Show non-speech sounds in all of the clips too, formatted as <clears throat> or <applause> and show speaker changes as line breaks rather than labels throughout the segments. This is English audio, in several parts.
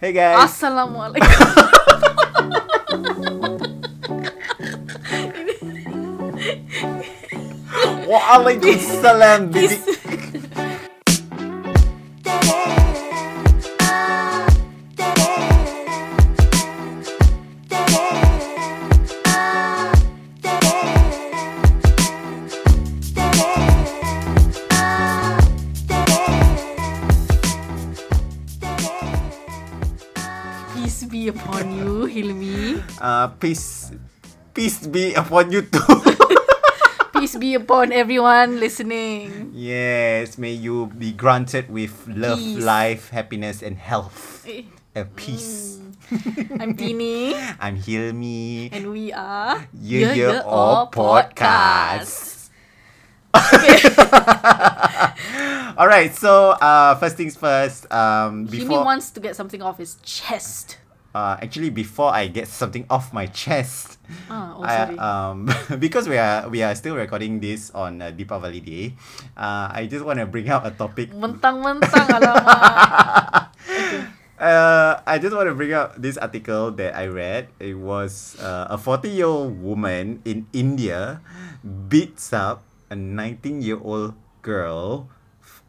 Hey guys.
Assalamualaikum. <laughs>
Waalaikumsalam bibi.
Peace be upon you, Hilmi.
Uh, peace peace be upon you too. <laughs>
Peace be upon everyone listening.
yes, may you be granted with love,
Peace.
life, happiness and health.
Eh,
And peace.
I'm Tini,
I'm Hilmi.
and we are
You
Ye
hear
Ye
all
Or Podcast.
podcasts. all right, so uh, first things first. Um,
Hilmi
before
wants to get something off his chest.
uh, actually before I get something off my chest,
Ah, oh,
I,
sorry.
um, <laughs> because we are we are still recording this on uh, Deepavali Day, uh, I just want to bring out a topic.
Mentang-mentang <laughs> alamak.
Uh, I just want to bring out this article that I read. It was uh, a 40 year old woman in India beats up a 19 year old girl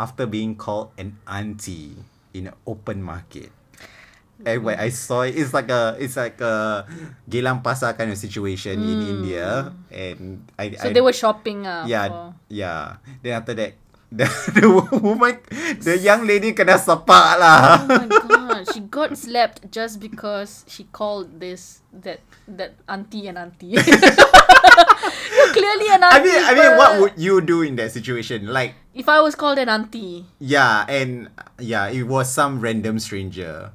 after being called an auntie in an open market. And when I saw it, it's like a it's like a Geylang Pasar kind of situation in India, and I
Hmm. So
I,
they were shopping. Uh,
Yeah,
for-
yeah. Then after that, <laughs> the, the woman, the young lady kena sepak lah.
Oh my god, she got slapped just because she called this that that auntie an auntie. <laughs> You're clearly an
I
auntie.
mean, I mean, what
but
would you do in that situation? Like,
if I was called an auntie?
yeah, and yeah, it was some random stranger.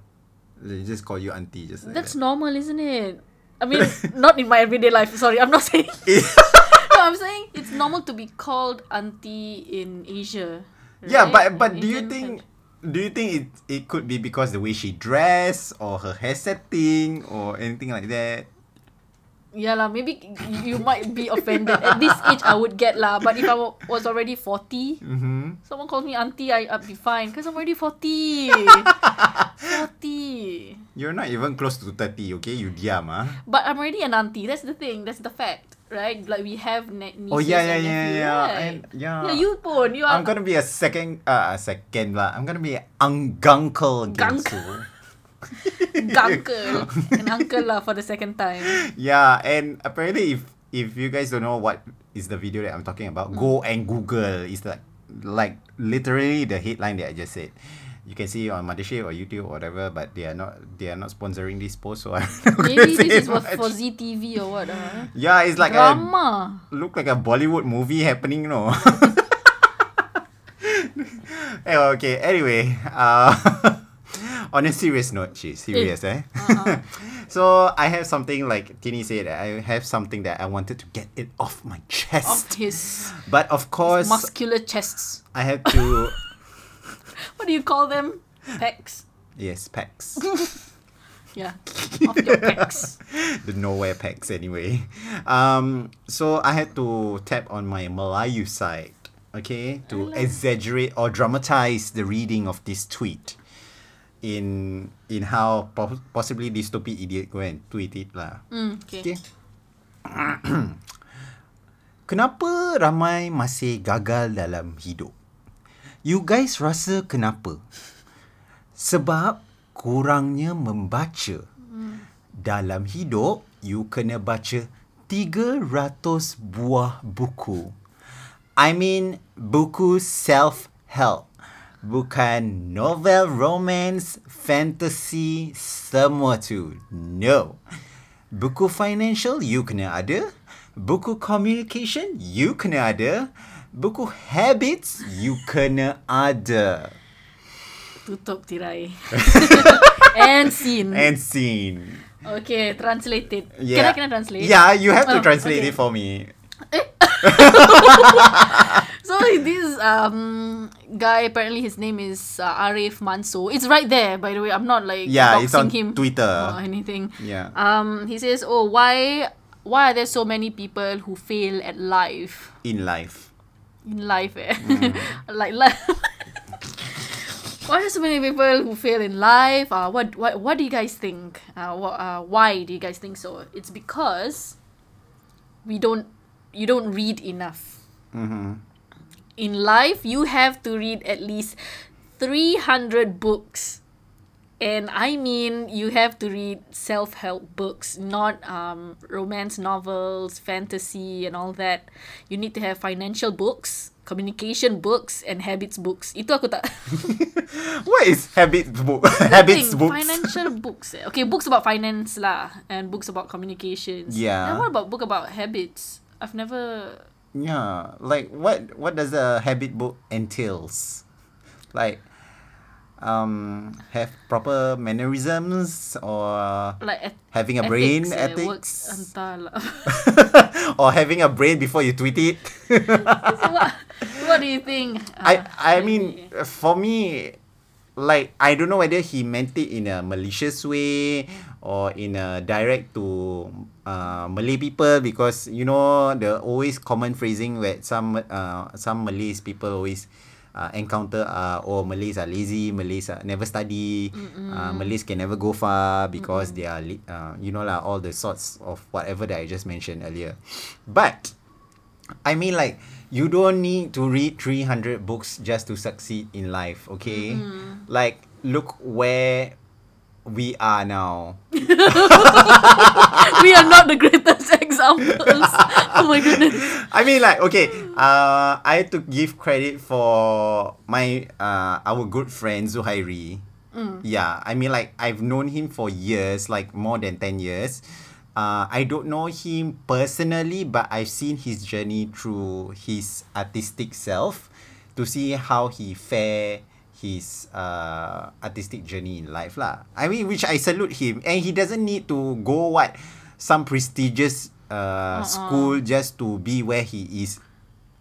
They just call you auntie, just like
That's
that.
normal, isn't it? I mean, <laughs> not in my everyday life. Sorry, I'm not <laughs> saying. no, I'm saying it's normal to be called auntie in Asia.
yeah,
right?
but but
In
do you
Indian
think?
country.
Do you think it, it could be because the way she dressed or her hair setting or anything like that?
Yeah lah, maybe y- you might be offended at this age. I would get lah, but if I wa- was already forty,
Mm-hmm.
Someone calls me auntie, I, I'd be fine because I'm already
<laughs>
40. 40.
You're not even close to 30, okay? You diam, ah.
But I'm already an auntie. That's the thing. That's the fact, right? Like we have ne- nieces
Oh, yeah, yeah,
and
yeah,
nephews,
yeah.
right?
And- yeah.
Yeah, you pun. You are
I'm gonna be a second, uh, a second lah. I'm gonna be ungunkle
Gunk.
Ginsu.
uncle. <laughs> an uncle lah for the second
<laughs>
time.
Yeah, and apparently, if if you guys don't know what is the video that I'm talking about,
Hmm.
go and Google. It's like like literally the headline that I just said. You can see it on Mothership or YouTube or whatever, but they are not they are not sponsoring this post, so <laughs> I'm not gonna
Maybe
say
this is what
much.
for ZTV or what. Uh.
Yeah, it's like um, a
Drama.
look like a Bollywood movie happening, you know. <laughs> Eh, okay, anyway, uh, <laughs> on a serious note, she's serious, eh? <laughs> so I have something like Tini said, I have something that I wanted to get it off my
Of
chest.
his
but of course,
muscular chests.
I have to.
What do you call them? Pecs.
yes, packs.
Yeah. Of
<laughs>
your pecs.
the nowhere packs anyway. <laughs> Um, so I had to tap on my Malayu side, okay, to exaggerate or dramatize the reading of this tweet, in in how po- possibly this stupid idiot go and tweet it lah.
Mm, okay.
Okay. <clears throat> kenapa ramai masih gagal dalam hidup? You guys rasa kenapa? Sebab kurangnya membaca. Dalam hidup, you kena baca 300 buah buku. I mean, buku self-help. Bukan novel, romance, fantasy, semua tu. No. Buku financial, you kena ada. Buku communication, you kena ada. Buku habits, you kena ada.
Tutup
<laughs>
tirai. And scene.
And scene.
Okay, translated.
Yeah.
Can I, can I translate?
Yeah, you have to
Oh,
translate
okay.
it for me.
So this um guy apparently his name is uh, Arif Mansoor. It's right there by the way. I'm not like
Yeah,
doxing
it's on
him Oh.
Twitter.
or anything.
Yeah.
Um he says, "Oh, why why are there so many people who fail at life
In life.
<laughs> in life eh? like life Why are so many people who fail in life? Uh, what, what, what do you guys think? Uh, wh- uh, why do you guys think so? It's because we don't, you don't read enough. In life, you have to read at least 300 books. And I mean, you have to read self help books, not um, romance novels, fantasy, and all that. You need to have financial books, communication books, and habits books. Itu aku tak.
What is habit book? <laughs> Habits
Thing,
books.
Financial books. eh. Okay, books about finance lah, and books about communications.
Yeah.
And what about book about habits? I've never.
Yeah, like what what does a habit book entails? Like um have proper mannerisms or
Like eth-
having a brain
eh, works-
ethics
entahlah.
<laughs> or having a brain before you tweet it.
<laughs> So what, what do you think?
I I
Ah, maybe.
mean for me like I don't know whether he meant it in a malicious way or in a direct to uh, Malay people because you know the always common phrasing where some uh, some Malays people always uh, encounter uh, oh Malays are lazy Malays are never study uh, Malays can never go far because they are li- uh, you know lah all the sorts of whatever that I just mentioned earlier but I mean like you don't need to read 300 books just to succeed in life, okay? Like look where we are now.
<laughs> we are not the greatest <laughs> examples. oh my goodness.
I mean like okay, uh I have to give credit for my uh our good friend Zuhairi. Yeah, I mean like I've known him for years, like more than 10 years. Uh, I don't know him personally, but I've seen his journey through his artistic self to see how he fare his uh, artistic journey in life lah. I mean, which I salute him, and he doesn't need to go what some prestigious uh, school just to be where he is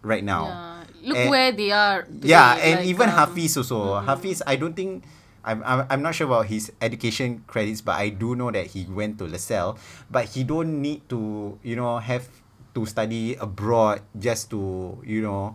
right now.
Yeah. Look
And-
where they are.
yeah,
today,
and
like,
even
um,
Hafiz also. Hafiz, I don't think I'm, I'm I'm not sure about his education credits, but I do know that he went to LaSalle, but he don't need to you know have to study abroad just to you know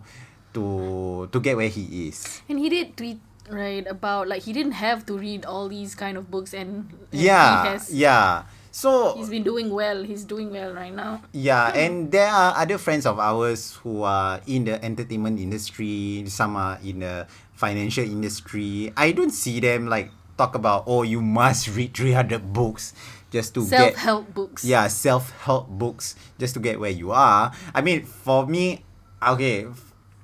to to get where he is.
And he did tweet right about like he didn't have to read all these kind of books, and, and he
Yeah,
has,
yeah. So
he's been doing well. He's doing well right now.
Yeah, and there are other friends of ours who are in the entertainment industry, some are in the financial industry. I don't see them like talk about, oh, you must read 300 books just to
Self
get.
help books.
Yeah, self help books just to get where you are. I mean, for me, okay.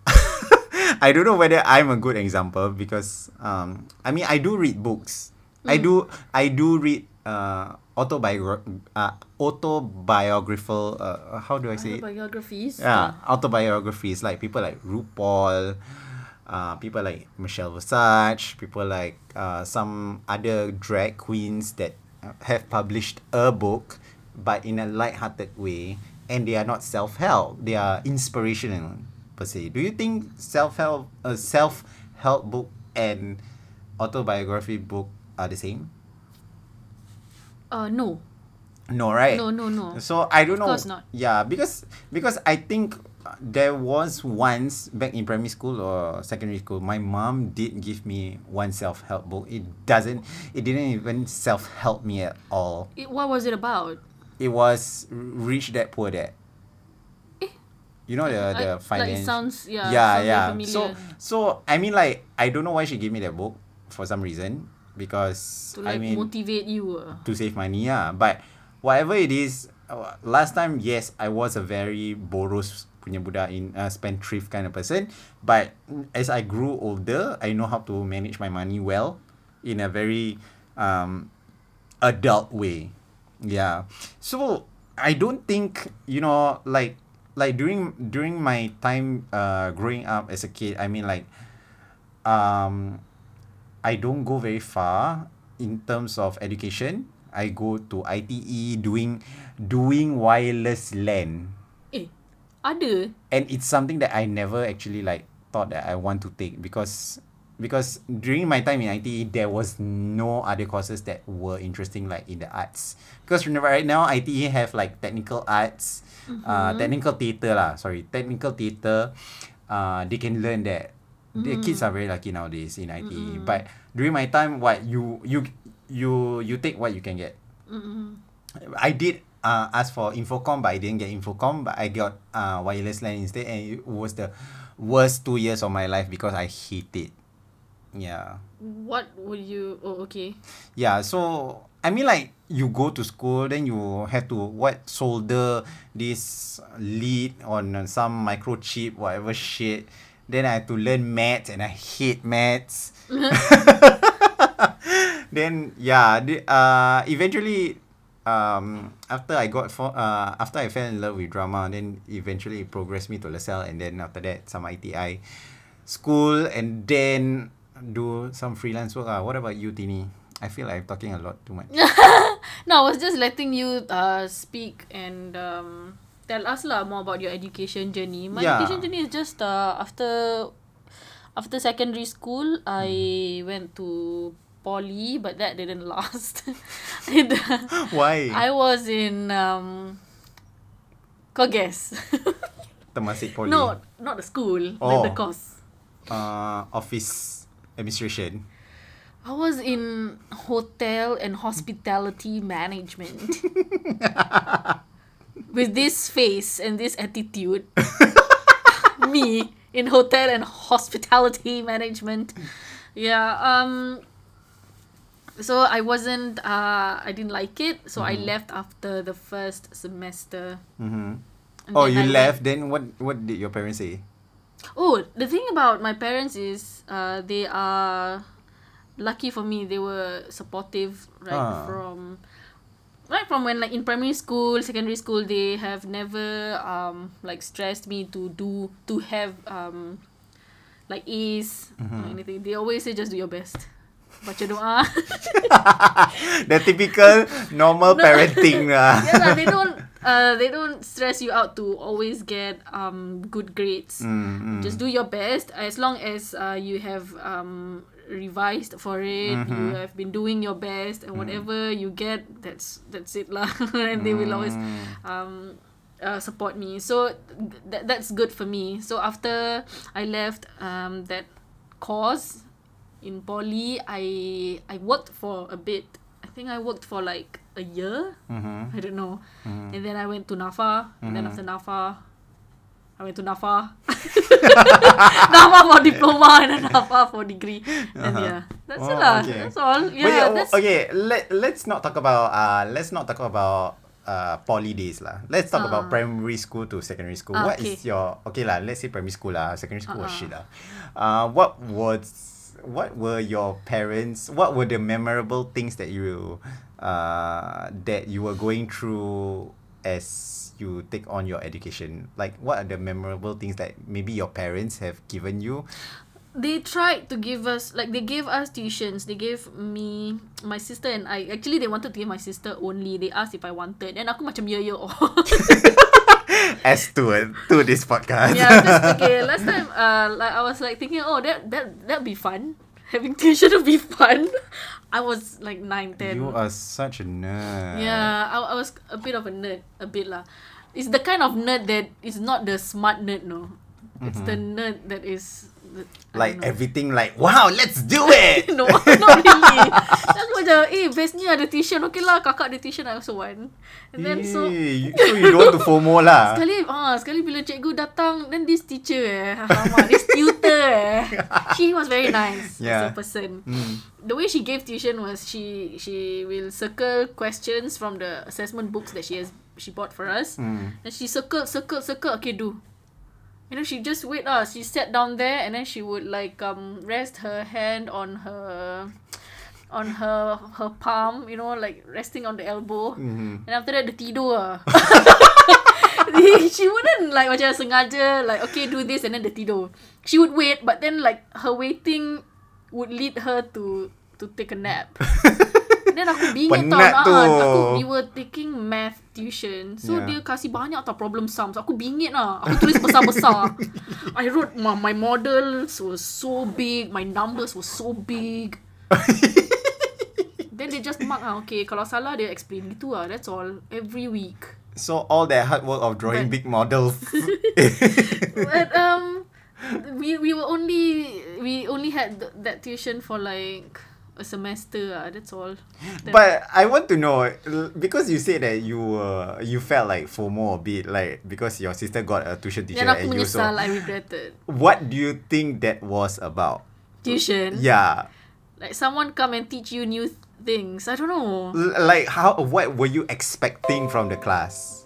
<laughs> I don't know whether I'm a good example because um, I mean I do read books. I do I do read uh, autobiogra- uh, autobiographical uh, how do I say it?
Biographies.
Yeah, autobiographies like people like RuPaul, uh, people like Michelle Visage, people like uh, some other drag queens that uh, have published a book, but in a light-hearted way, and they are not self-help. They are inspirational per se. Do you think self-help, a self-help book and autobiography book are the same?
Uh, no.
No, right?
No, no, no.
So I don't know.
course not.
Yeah, because because I think uh, there was once back in primary school or secondary school, my mom did give me one self help book. It doesn't. It didn't even self help me at all.
It, what was it about?
It was rich dad poor dad. You know Uh, the the
I- Eh. like, it
finance.
sounds
yeah,
yeah. sounds
yeah.
Very familiar.
So so I mean like I don't know why she gave me that book for some reason because
to
I
like
mean
motivate you. Uh.
to save money yeah. But whatever it is, uh, last time yes, I was a very boros punya budak in uh, spendthrift kind of person. But as I grew older, I know how to manage my money well, in a very um, adult way. Yeah. So I don't think you know like like during during my time uh growing up as a kid, I mean like um I don't go very far in terms of education. I go to ITE doing doing wireless LAN.
Eh, ada.
And it's something that I never actually like thought that I want to take because because during my time in ITE there was no other courses that were interesting like in the arts. Because remember right now ITE have like technical arts, uh technical theater lah, sorry, technical theater. Uh they can learn that the kids are very lucky nowadays in IT. But during my time, what you you you you take what you can get. I did uh, ask for Infocom, but I didn't get Infocom. But I got uh, wireless LAN instead, and it was the worst two years of my life because I hate it. Yeah.
What would you? Oh, okay.
Yeah, so I mean like you go to school then you have to what solder this lead on uh, some microchip whatever shit. Then I have to learn maths and I hate maths. then yeah, the, uh eventually um after I got for uh after I fell in love with drama then eventually it progressed me to LaSalle and then after that some ITI school and then do some freelance work. Ah, What about you, Tini? I feel like I'm talking a lot too
<laughs>
much.
No, I was just letting you uh speak and um tell us lah more about your education journey. My
Yeah.
education journey is just uh after after secondary school I
Hmm.
went to poly but that didn't last. <laughs> it,
<gasps>
<laughs>
Why?
I was in um kau guess. <laughs>
Temasek Poly.
no, not the school,
Oh.
like the course.
Uh, office administration.
I was in hotel and hospitality management.
<laughs>
With this face and this attitude,
<laughs>
me in hotel and hospitality management. Yeah, um so I wasn't uh I didn't like it, so I left after the first semester.
Mm-hmm.
And
Oh,
then
you
I went-
left. Then what? What did your parents say? <laughs>
Oh, the thing about my parents is uh, they are lucky for me. They were supportive
Ah.
right from right from when like in primary school, secondary school. They have never um like stressed me to do to have um like A's or anything. They always say just do your best. Baca doa.
the typical normal
<laughs> No.
parenting ah.
<laughs>
lah.
<laughs> yeah, lah, they don't uh they don't stress you out to always get um good grades.
<laughs> Mm, mm.
just do your best as long as uh, you have um, revised for it you have been doing your best and whatever you get that's that's it lah <laughs> and they will always um, uh, support me so th- th- that's good for me so after i left um, that course in poly i i worked for a bit i think i worked for like a year
Mm-hmm.
I don't know. And then I went to NAFA. And then after NAFA, I went to <laughs> NAFA. NAFA for diploma and then NAFA for degree. And
Uh-huh.
yeah, that's
Oh,
it lah.
okay.
That's all.
But
Yeah,
yeah,
that's,
oh, okay. Let Let's not talk about uh. Let's not talk about uh poly days lah. Let's talk about
Ah.
primary school to secondary school.
Ah,
What is
okay.
your okay lah? Let's say primary school lah. Secondary school was
Ah, ah.
shit lah. Uh, what was what were your parents? What were the memorable things that you uh that you were going through as you take on your education? Like what are the memorable things that maybe your parents have given you?
they tried to give us like they gave us tuitions. They gave me my sister and I. Actually, they wanted to give my sister only. They asked if I wanted. And aku macam yeah yeah. Oh. <laughs>
As to to this podcast.
yeah, because okay, last time uh, like I was like thinking, oh that that that'd be fun. Having tuition would be fun. <laughs> I was like nine, ten.
You are such a nerd.
yeah, I, I was a bit of a nerd, a bit lah. It's the kind of nerd that is not the smart nerd, no. It's the nerd that is the, I
Like
don't know.
everything like, wow, let's do it.
<laughs> no, not really. Aku macam, eh, bestnya ada tuition. Okay lah, kakak ada tuition, I also want. <laughs> And then so,
Eh, you- so you don't want to FOMO lah.
<laughs> Sekali ah sekali bila cikgu datang then this teacher eh <laughs> alamak this tutor eh she was very nice
Yeah.
as a person.
Mm.
The way she gave tuition was she she will circle questions from the assessment books that she has she bought for us
Mm.
and she circle circle circle okay do. You know she just wait ah she sat down there and then she would like um rest her hand on her on her her palm you know like resting on the elbow
Mhm.
And after that dia tidur lah She wouldn't like macam sengaja like okay do this and then dia tidur She would wait but then like her waiting would lead her to to take a nap
<laughs>
Then aku bingung tau
Penat
ah,
tu.
Aku we were taking math tuition So
Yeah.
dia kasih banyak tau problem sums Aku bingit lah Aku tulis
<laughs>
besar-besar I wrote my, my models were so big My numbers were so
<laughs>
big Then they just mark ah Okay kalau salah dia explain gitu lah That's all Every week <laughs>
So all that hard work of drawing
But-
big models.
But um we we were only we only had th- that tuition for like a semester ah, that's all.
<laughs>
That-
But I want to know l- because you said that you were you felt like FOMO a bit like because your sister got a tuition teacher
then aku
and you
menyesal,
so
I regretted.
what do you think that was about?
Tuition.
Yeah.
Like someone come and teach you new th- things. I don't know.
L- like how what were you expecting from the
<laughs>
class?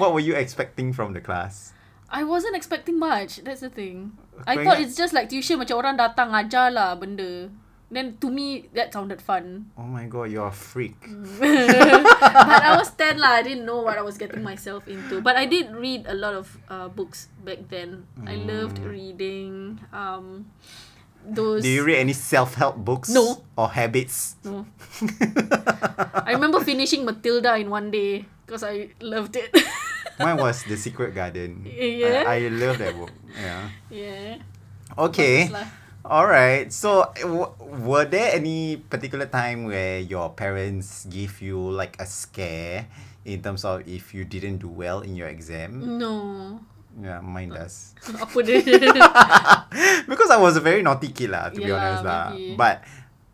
what were you expecting from the class?
I wasn't expecting much. That's the thing. I
Kau
thought
ingat-
it's just like tuition macam orang datang ajar lah benda. Then to me that sounded fun.
Oh my god, you're a freak.
Mm.
<laughs>
But I was 10 lah. I didn't know what I was getting myself into. But I did read a lot of uh, books back then. I loved reading um those
Do you read any self-help books
No.
or habits? <laughs>
No. I remember finishing Matilda in one day because I loved it. <laughs>
Mine was The Secret Garden.
Yeah.
I, I love that book.
<laughs>
Yeah.
yeah.
Okay.
Bagus lah.
All right. So, w- were there any particular time where your parents give you like a scare in terms of if you didn't do well in your exam?
Mm. No.
Yeah, mine does.
Apa
<laughs>
dia?
because I was a very naughty kid lah, to be
Yeah lah,
honest lah.
maybe.
But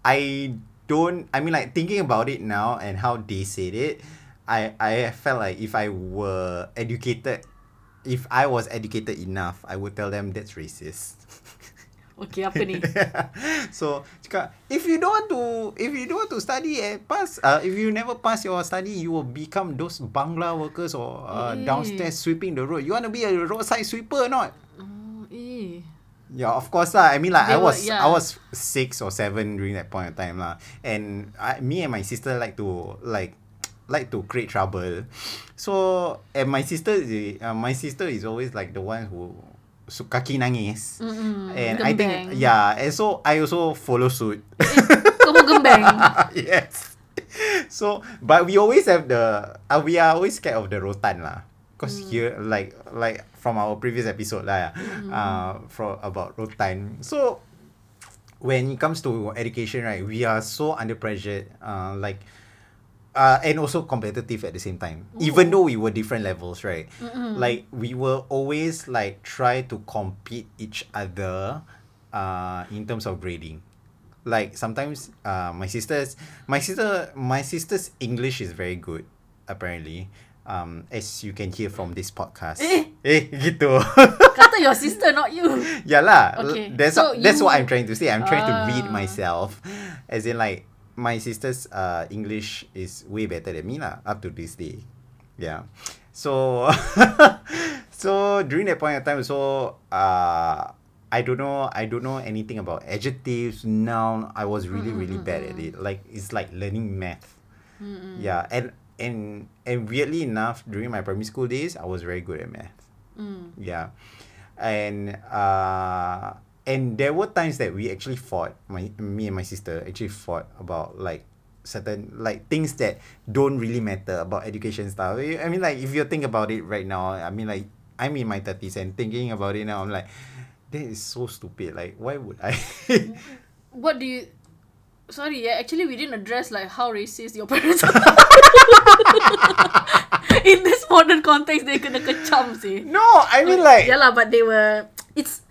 I don't. I mean, like thinking about it now and how they said it, I I felt like if I were educated, if I was educated enough, I would tell them that's racist. <laughs>
okay, apa ni?
so cakap if you don't want to if you don't want to study and pass uh, if you never pass your study you will become those bangla workers or uh,
Eh.
downstairs sweeping the road you want to be a roadside sweeper or not
Oh, eh.
Yeah, of course lah. I mean, like I
They were-
was
yeah.
I was six or seven during that point of time lah. And I, me and my sister like to like like to create trouble. <sniffs> So and my sister, is- uh, my sister is always like the one who suka kaki nangis.
Mm-mm,
And I think
Mm, gembeng.
yeah, and so I also follow suit.
Kamu gembeng.
<laughs> yes. So, but we always have the uh, we are always scared of the rotan lah. Cause here, like like from our previous episode lah, uh, from about rotan. So, when it comes to education, right, we are so under pressure. Uh, like. Uh, and also competitive at the same time even though we were different levels right like we were always like try to compete each other uh, in terms of grading like sometimes uh, my sister's my sister my sister's english is very good apparently um as you can hear from this podcast
Eh.
eh gitu <laughs>
Kata your sister, not you.
yeah lah L-
Okay,
that's
so
what, that's what
you-
i'm trying to say i'm trying to read
Ah.
myself as in like my sister's uh english is way better than me lah up to this day yeah so <laughs> so during that point of time so uh I don't know. I don't know anything about adjectives, noun. I was really, really bad at it.
Mm-hmm.
Like it's like learning math. Yeah, and and and weirdly enough, during my primary school days, I was very good at math.
Mm.
Yeah. And uh and there were times that we actually fought, my me and my sister actually fought about like certain like things that don't really matter about education stuff. I I mean like if you think about it right now, I mean like I'm in my thirties and thinking about it now, I'm like, that is so stupid. Like why would I <laughs>
What do you... Sorry, yeah. Actually, we didn't address like how racist your <laughs> parents are. In this modern context, they kena kecam sih.
No, I mean like
yeah lah, but they were. It's.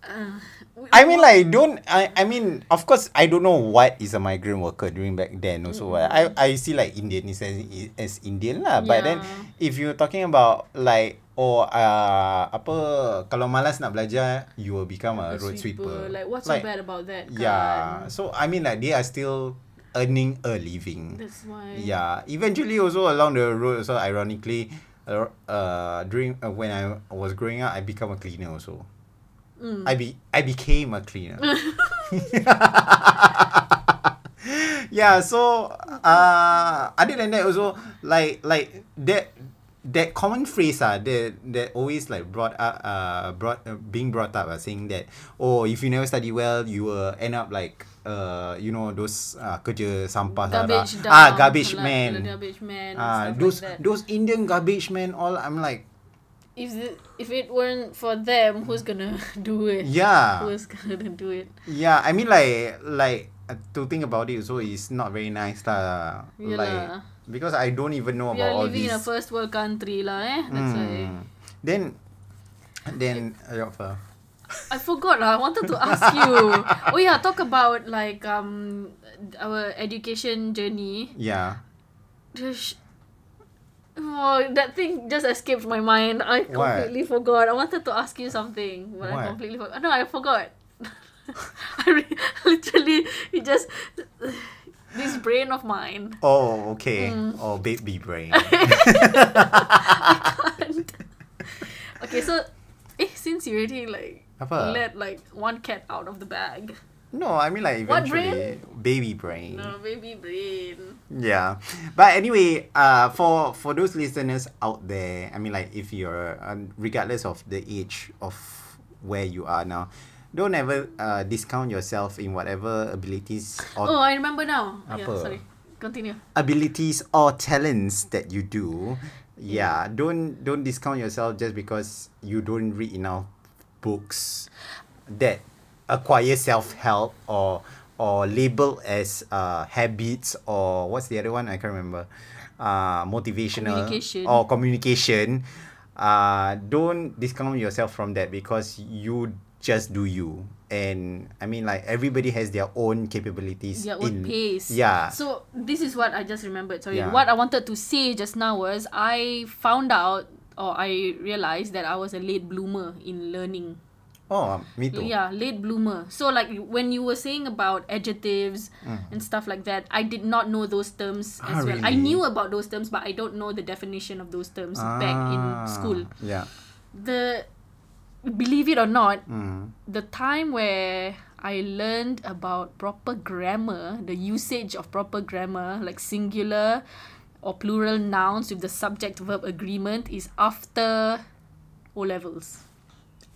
Uh, we-
I mean like don't I, I mean of course I don't know what is a migrant worker during back then also uh,
Mm-hmm.
I I see like Indian is as, as Indian lah but then if you're talking about like or uh, apa kalau malas nak belajar you will become a,
a
road sweeper,
Like what's so bad about that?
yeah
kan?
so I mean like they are still earning a living
That's why.
yeah eventually also along the road also ironically uh, uh during uh, when I was growing up I become a cleaner also I be I became a cleaner. <laughs> yeah, so uh other than that also like like that that common phrase ah that that always like brought up uh brought uh, being brought up uh, saying that oh if you never study well you will end up like uh you know those uh, kerja sampah
<laughs> Garbage
salah.
dump,
ah garbage
like,
man
like Garbage man. and
ah
stuff
those
like that.
those Indian garbage men all I'm
<laughs>
like
If the, if it weren't for them, who's gonna <laughs> do it?
yeah
Who's gonna do it?
Yeah, I mean like like uh, to think about it also is not very nice lah.
Yeah
like
lah.
because I don't even know
We
about all
are
these.
living
Hmm.
in a first world country lah, eh. That's why.
Mm. Then Then uh, Rafa.
I forgot. lah. I wanted to ask
<laughs>
you. oh yeah, talk about like um our education journey.
Yeah.
Just, oh, that thing just escaped my mind. I
What?
completely forgot. I wanted to ask you something, but
What?
I completely forgot. No, I forgot. <laughs> I re- <laughs> literally, it just this brain of mine.
Oh, okay.
Mm.
Oh, baby
<laughs>
brain.
can't. okay, so, eh, since you already like
Apa?
let like one cat out of the bag,
no, I mean like
What
eventually baby brain.
no baby brain.
Yeah, but anyway, uh, for for those listeners out there, I mean, like if you're um, regardless of the age of where you are now, don't ever uh, discount yourself in whatever abilities
Oh,
or
I remember now. Yeah,
Apa?
sorry. Continue.
abilities or talents that you do. Yeah, don't don't discount yourself just because you don't read enough books that acquire self help or or label as uh habits or what's the other one I can't remember. Uh, motivational
Communication.
or communication. Uh, don't discount yourself from that because you just do you and I mean like everybody has their own capabilities.
Their own
in,
pace.
Yeah.
So this is what I just remembered. Sorry.
Yeah.
What I wanted to say just now was I found out or I realized that I was a late bloomer in learning.
Oh, me too.
Yeah, late bloomer. So like when you were saying about adjectives and stuff like that, I did not know those terms
Mm. Ah,
as well. I
really?
knew about those terms, but I don't know the definition of those terms back in
Ah,
school.
Yeah.
The believe it or not,
Mm.
the time where I learned about proper grammar, the usage of proper grammar, like singular or plural nouns with the subject verb agreement, is after O levels.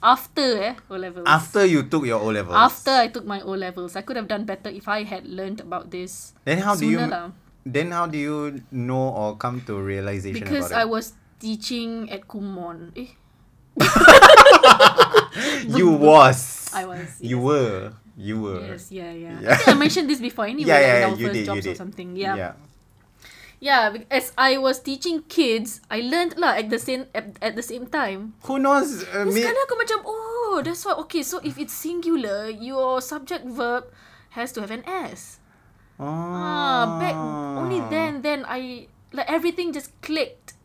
After eh, O levels.
After you took your O levels.
After I took my O levels, I could have done better if I had learned about this.
Then how do you?
sooner lah.
Then how do you know or come to realization
Because I
about
was teaching at Kumon. Eh,
it? you was.
I was,
You were. You were.
yes, yeah, yeah.
Yeah.
I think I mentioned this before
<laughs>
anyway,
Yeah,
like
yeah,
in
yeah,
our
you
first
did, you
jobs or
did.
something. Yeah, bec- as I was teaching kids, I learned lah at the same at, at the same time.
Who knows? Uh,
Terus
me-
sekarang aku macam oh that's why okay so if it's singular your subject verb has to have an s.
oh.
Ah, back only then then I like everything just clicked.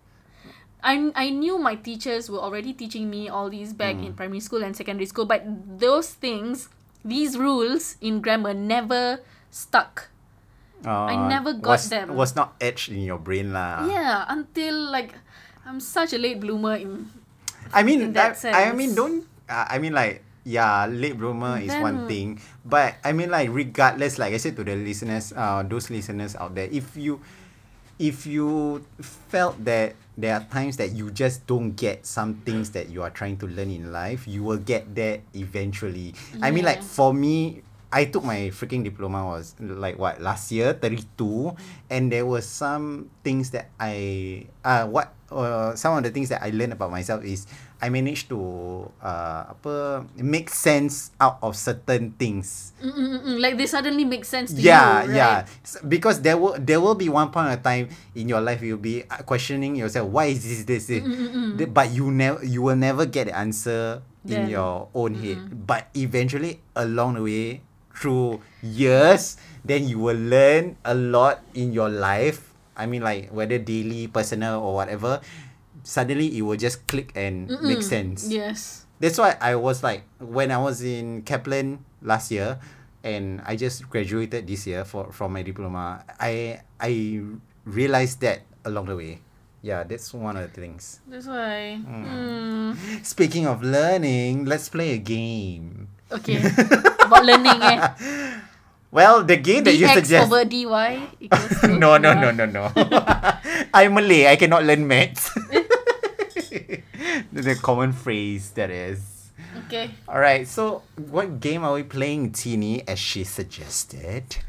I I knew my teachers were already teaching me all these back in primary school and secondary school, but those things, these rules in grammar never stuck.
Ah,
I never got
was,
them.
Was not etched in your brain lah.
Yeah, until like I'm such a late bloomer in
I mean,
in that
I, I mean,
sense.
don't. Uh, I mean, like, yeah, late bloomer is one
Then-
thing, but I mean, like, regardless, like I said to the listeners, uh, those listeners out there, if you, if you felt that there are times that you just don't get some things that you are trying to learn in life, you will get there eventually. I mean, like
Yeah.
for me. I took my freaking diploma was like what last year 32 and there were some things that I uh what uh, some of the things that I learned about myself is I managed to uh apa make sense out of certain things.
Mm, mm, mm, mm. like they suddenly make sense to
yeah,
you, right?
yeah. S- Because there will there will be one point of time in your life you'll be uh, questioning yourself why is this this,
Mm,
this? The- but you never you will never get the answer in
Then. Mm-hmm.
your own head. But eventually along the way through years, then you will learn a lot in your life. I mean like whether daily, personal or whatever, suddenly it will just click and make sense.
Mm. Yes.
That's why I was like when I was in Kaplan last year and I just graduated this year for from my diploma. I I realized that along the way. Yeah, that's one of the things.
That's why. Mm.
Speaking of learning, let's play a game. <laughs>
Okay. About learning eh.
Well, the game that you
DX
suggest. <laughs>
over DY equals to
no, no,
yeah.
no, no, <laughs> no.
<laughs>
I'm Malay. I cannot learn maths. <laughs> the common phrase that is.
Okay.
All right. So, what game are we playing, Tini? As she suggested.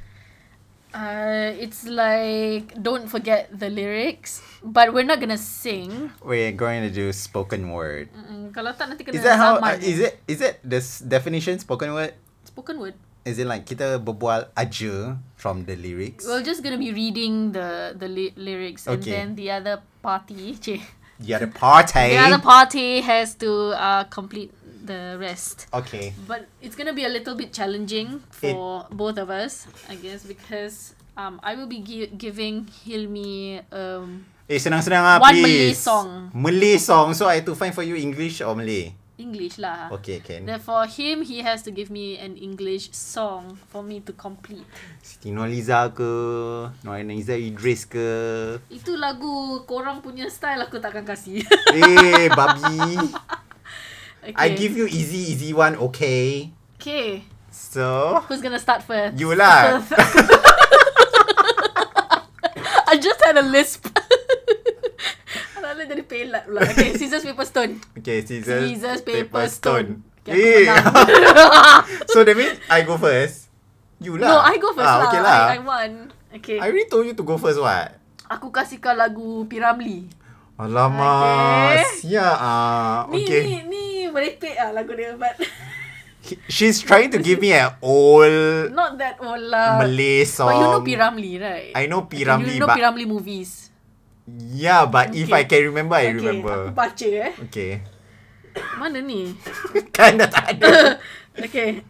Uh, it's like don't forget the lyrics, but we're not gonna sing.
We're going to do spoken word.
Mm, kalau tak nanti kena
Is that how? Uh,
zaman.
is it? Is it this definition spoken word?
spoken word?
Is it like kita berbual aja from the lyrics?
We're just gonna be reading the the ly- lyrics, and
Okay.
then the other party, <laughs> cik,
the other eh? party.
The other party has to uh, complete the rest.
okay.
But it's gonna be a little bit challenging for both of us, I guess, because um, I will be gi- giving Hilmi um,
Eh, senang-senang ah,
One Malay
please.
song.
Malay song. So, I have to find for you English or Malay.
English lah.
Okay, can.
Then for him, he has to give me an English song for me to complete.
Siti Nurhaliza ke, Nurhaliza Idris ke.
Itu lagu korang punya style aku takkan kasih. <laughs>
Eh, babi.
okay.
I give you easy, easy one, okay?
Okay.
So,
Who's gonna start first? <laughs>
you lah.
I just had a lisp. <laughs> Anak jadi pelat pula. Okay, scissors, paper, stone.
Okay, scissors,
Scissors, paper, stone.
Eh,
Okay, aku menang.
<laughs> so that means I go first. You lah.
no, I go first
ah,
lah.
Okay lah.
I, I won. Okay.
I, already told you to go first what?
Aku kasih kau lagu Piramli.
Alamak,
Okay.
sia ah.
Ni,
Okay.
ni, ni merepek lah lagu dia. But <laughs>
He- She's trying to give me an old
not that old lah.
Malay song.
But you know Piramli, right?
I know
Okay,
Piramli,
You know
but
Piramli movies.
yeah, but if I
Okay.
can remember, I
okay, Aku
remember.
baca eh.
Okay. <laughs>
Mana ni?
kan dah tak
<laughs>
ada.
okay.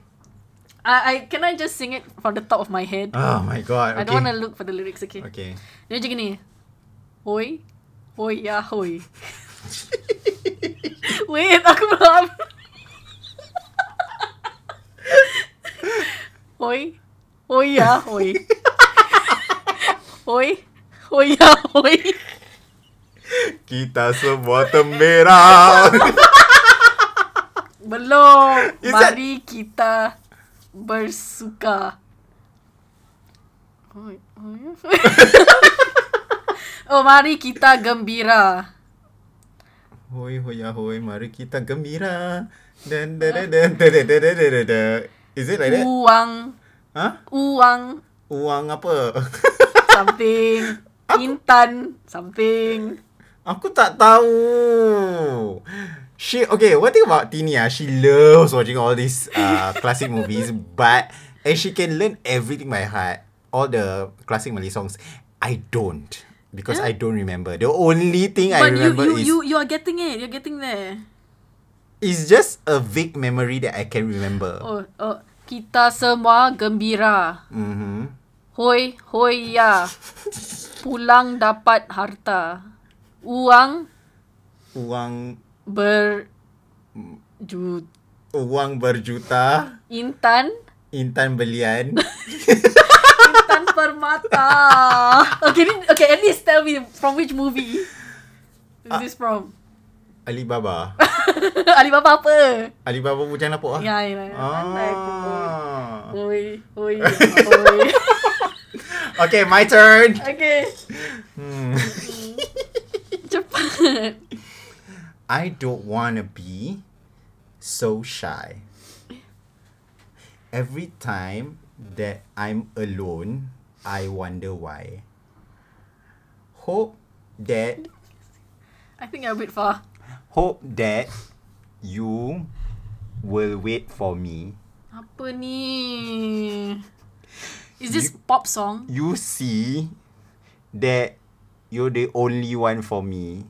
I, I can I just sing it from the top of my head.
Oh my god. Okay.
I don't want to look for the lyrics, okay?
Okay.
Dia macam gini. Hoi. Hoi ya
<laughs>
hoi. Wait, aku belum. hoi. Hoi ya hoi. hoi. Hoi ya hoi.
Kita semua temberang.
Belum.
Is that-
Mari kita bersuka. Hoi, hoi.
<laughs>
oh, mari kita gembira.
hoi hoi ya hoi, mari kita gembira. Dan da da da da da da da da da da. Is it like that?
Uang
Huh?
uang
Uang apa? <laughs>
something intan something
Aku tak tahu. She okay. One thing about Tini ah, she loves watching all these uh, classic movies, but and she can learn everything by heart, all the classic Malay songs. I don't because I don't remember. The only thing I
but you
remember
you,
is
you you are getting it you're getting there
is just a vague memory that I can remember.
oh oh kita semua gembira
Mm-hmm.
hoi hoi ya pulang dapat harta uang
Uang
ber ju
uang berjuta,
intan
intan belian.
intan permata <laughs> okay ni- okay at least tell me from which movie is this from <laughs>
Alibaba.
Alibaba apa
Alibaba bujang lapuk ah.
ya ya ya pandai aku pun.
Ah.
Oi, <laughs> oi, oi.
Okay, my turn.
okay.
Hmm.
Cepat.
I don't want to be so shy. Every time that I'm alone, I wonder why. Hope that
I think I a bit far.
hope that you will wait for me.
Apa ni? Is this pop song?
You see that you're the only one for me.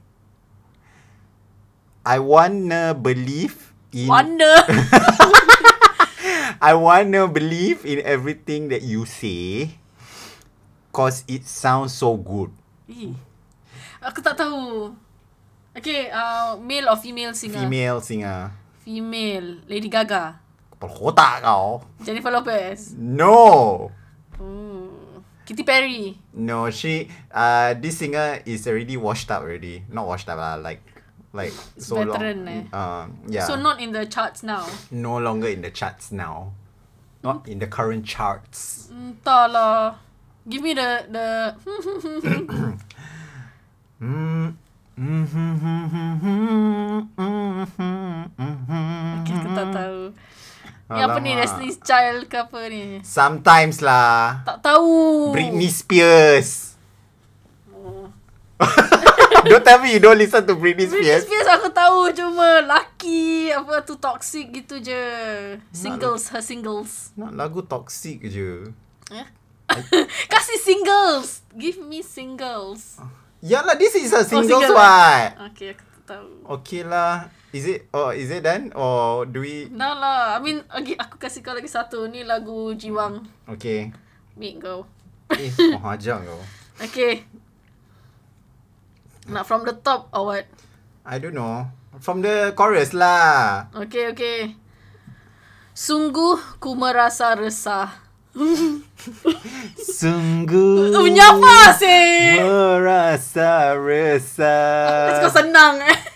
I wanna believe in
Wonder.
<laughs> I wanna believe in everything that you say cause it sounds so good.
Ih. Aku tak tahu. Okay, uh, male or female singer?
Female singer.
Female. Lady Gaga.
Kepala kotak kau.
Jennifer Lopez.
No.
Hmm. Katy Perry.
No, she uh this singer is already washed up already. Not washed up lah, like like so
Veteran, eh?
long. Uh, yeah.
So not in the charts now.
no longer in the charts now. Not in the current charts.
Entahlah. Give me the the <laughs> Aku tak tahu. Ni apa ni
Hmm. Alamak.
Destiny's Child ke apa ni?
Sometimes lah.
Tak tahu.
Britney Spears. <laughs> don't tell me you don't listen to Britney
Britney
Spears.
Spears aku tahu cuma laki apa tu toxic gitu je. Singles, her singles.
Not lagu toxic je.
<laughs> Kasih singles. Give me singles.
Ya lah, this is a single
Oh, single.
what?
Okay, aku tak tahu.
Okay lah. Is it, oh, is it done? Or do we,
No lah, I mean, okay, aku kasih kau lagi satu. Ni lagu Jiwang.
okay.
Meet go. <laughs>
Eh, mengajak kau.
Okay. Nak from the top or what?
I don't know. From the chorus lah.
Okay, okay. Sungguh ku merasa resah.
Sungguh.
Tu menyapa sih.
Merasa
Let's
resah.
go senang eh. Ah,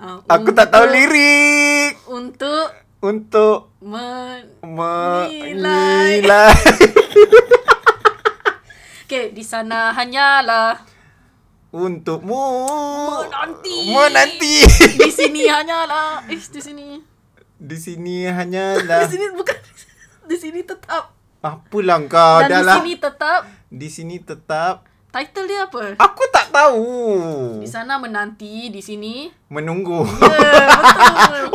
Uh, <laughs> Aku tak tahu
untuk-
lirik.
Untuk
Untuk
men... Nilai.
menilai. <laughs>
Okay, di sana hanyalah
Untukmu.
Menanti.
Menanti.
Di
<laughs>
sini hanyalah Eh, di sini
Di sini
Di
hanyalah.
sini bukan <laughs> Di sini tetap
Apalah kau
Dan
dah
di
lah.
sini tetap
Di sini tetap.
Title dia apa?
Aku tak tahu.
Di sana menanti Di
<laughs>
sini
Menunggu.
Ya, betul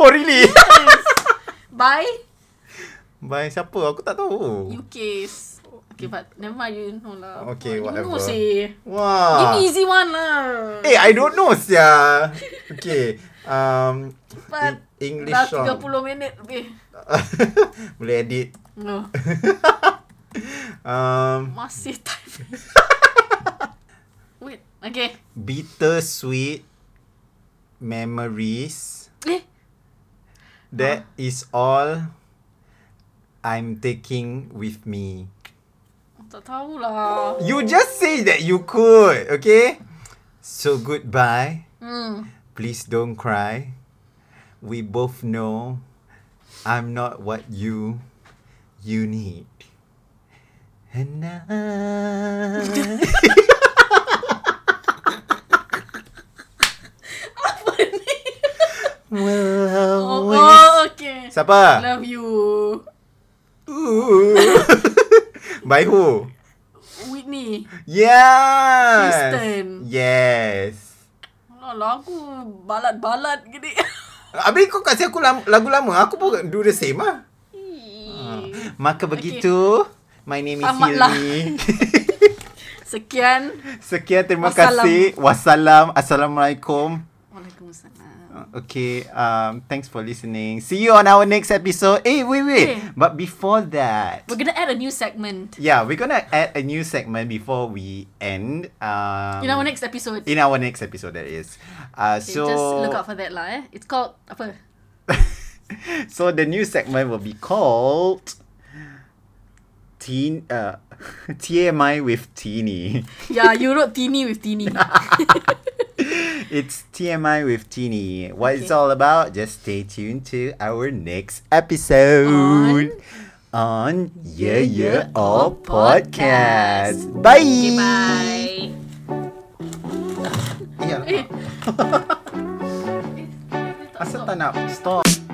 <laughs> oh really?
Yes. By
By siapa? Aku tak tahu.
UKs Okay, but never mind You know lah
Okay,
You know
whatever.
sih Give
Wah.
me easy one lah
Eh, I don't know sia. Okay. Um,
Cepat.
in- English
Dah
song.
30 minit lebih
<laughs> Boleh edit.
No
Um,
Masih time
<laughs>
Wait Okay
bitter sweet memories.
Eh
That
Ah.
is all I'm taking with me.
Tak tahulah
You just say that you could, okay? So goodbye. <laughs>
Hmm
Please don't cry. We both know I'm not what you you need. And I
Apa ni
will
<laughs> Oh,
always
oh okay <laughs>
Siapa?
Love you
Ooh. By who?
Whitney
Yes.
Kristen.
Yes.
Alah lagu Balad-balad
<laughs>
gini
Habis kau kasih aku lam- lagu lama, aku pun do the same ah.
Ih.
Maka begitu, my name is
Tamatlah.
Hilmi.
Sekian
<laughs> Sekian terima
Wassalam.
kasih. Wassalam. Assalamualaikum.
Waalaikumsalam
Uh, Okay, um, thanks for listening. See you on our next episode. Hey, wait, wait.
Eh.
But before that,
We're gonna add a new segment
yeah, we're gonna add a new segment before we end. Um,
In our next episode
in our next episode, that is. Uh,
Okay,
so
just look out for that lah eh It's called Apa
so the new segment will be called Teen uh, <laughs> TMI with Teeny.
Yeah you wrote teeny
<laughs>
with teeny
It's TMI with Teeny. What it's
Okay.
all about, just stay tuned to our next episode on, Yeah Yeah All Podcast. Bye.
Okay bye
Yeah. <laughs>
Eh.
Asal tak nak stop.